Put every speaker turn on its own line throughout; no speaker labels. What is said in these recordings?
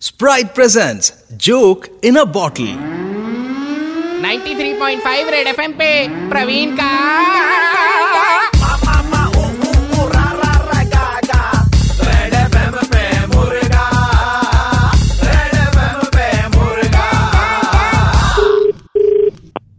Sprite presents Joke in a Bottle.
93.5 red FM पे प्रवीण का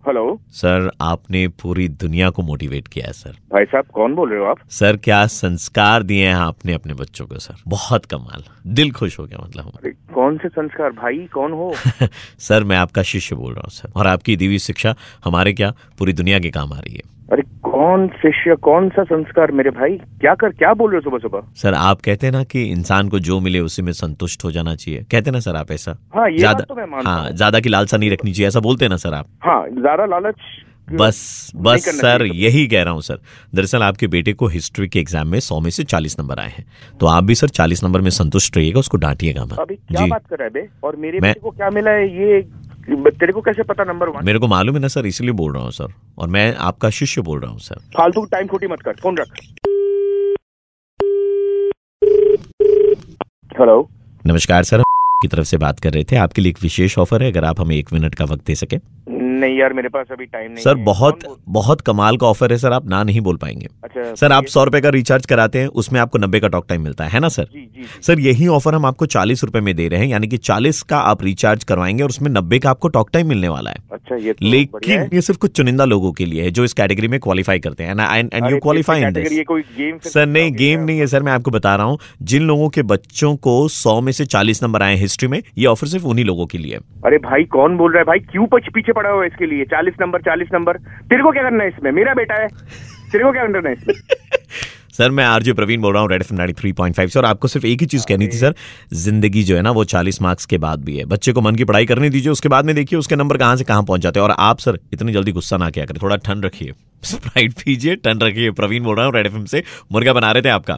hello
sir आपने पूरी दुनिया को मोटिवेट किया है सर
भाई साहब कौन बोल रहे हो आप
सर क्या संस्कार दिए हैं आपने अपने बच्चों को सर बहुत कमाल दिल खुश हो गया मतलब हमारा।
अरे कौन से संस्कार भाई कौन हो
सर मैं आपका शिष्य बोल रहा हूँ सर और आपकी दी हुई शिक्षा हमारे क्या पूरी दुनिया के काम आ रही है
अरे कौन शिष्य कौन सा संस्कार मेरे भाई क्या कर क्या बोल रहे हो सुबह सुबह
सर आप कहते हैं ना कि इंसान को जो मिले उसी में संतुष्ट हो जाना चाहिए कहते हैं ना सर आप ऐसा
हाँ, ये बात
ज्यादा
तो मैं मानता
हाँ
हूँ।
ज्यादा की लालसा नहीं रखनी चाहिए ऐसा बोलते हैं ना सर आप
हाँ ज्यादा लालच
बस बस
करना
सर
चाहिए। तो।
यही कह रहा हूँ सर दरअसल आपके बेटे को हिस्ट्री के एग्जाम में सौ में से चालीस नंबर आए हैं तो आप भी सर चालीस नंबर में संतुष्ट रहिएगा उसको डांटिएगा मत।
अभी क्या बात कर रहा है बे और मेरे
मैं-
बेटे को क्या मिला है ये तेरे को कैसे पता नंबर वन
मेरे को मालूम है ना सर इसलिए बोल रहा हूँ सर और मैं आपका शिष्य बोल रहा हूँ सर
फालतू टाइम खोटी मत कर फोन रख हेलो
नमस्कार सर हम की तरफ से बात कर रहे थे आपके लिए एक विशेष ऑफर है अगर आप हमें एक मिनट का वक्त दे सके
नहीं यार मेरे पास अभी टाइम नहीं
सर
है।
बहुत
कौन बोल-
बहुत कमाल का ऑफर है सर आप ना नहीं बोल पाएंगे
अच्छा
सर आप सौ रुपए का रिचार्ज कराते हैं उसमें आपको नब्बे का टॉक टाइम मिलता है है ना सर
जी जी जी।
सर यही ऑफर हम आपको चालीस रुपए में दे रहे हैं यानी कि चालीस का आप रिचार्ज करवाएंगे और उसमें नब्बे का आपको टॉक टाइम मिलने वाला है
अच्छा ये तो बढ़िया
लेकिन
है।
ये सिर्फ कुछ चुनिंदा लोगों के लिए है जो इस कैटेगरी में क्वालिफाई करते हैं एंड एंड
अरे,
यू
फिर
क्वालिफाई इन
कैटेगरी
दिस
ये कोई गेम फिर
सर नहीं
बताओगे
गेम
क्या?
नहीं है सर मैं आपको बता रहा हूँ जिन लोगों के बच्चों को सौ में से चालीस नंबर आए हैं हिस्ट्री में ये ऑफर सिर्फ उन्हीं लोगों के लिए है।
अरे भाई कौन बोल रहा है भाई क्यों पछ पीछे पड़ा हुआ है इसके लिए चालीस नंबर चालीस नंबर तेरे को क्या करना है इसमें मेरा बेटा है तेरे को क्या करना है इसमें
सर मैं आरजे प्रवीण बोल रहा हूँ red F nine three point five से और आपको सिर्फ एक ही चीज कहनी थी सर जिंदगी जो है ना वो चालीस मार्क्स के बाद भी है बच्चे को मन की पढ़ाई करने दीजिए उसके बाद में देखिए उसके नंबर कहाँ से कहाँ पहुंच जाते हैं और आप सर इतनी जल्दी गुस्सा ना किया करें थोड़ा ठंड रखिए स्प्राइट पीजिए ठंड रखिए प्रवीण बोल रहा हूँ रेड एफ से मुर्गा बना रहे थे आपका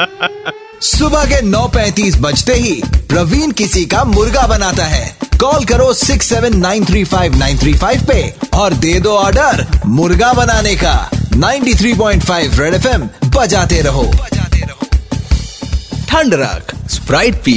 सुबह के 9:35 बजते ही प्रवीण किसी का मुर्गा बनाता है कॉल करो 6793593 पे और दे दो ऑर्डर मुर्गा बनाने का 93.5 रेड एफएम बजाते रहो ठंड रख स्प्राइट पी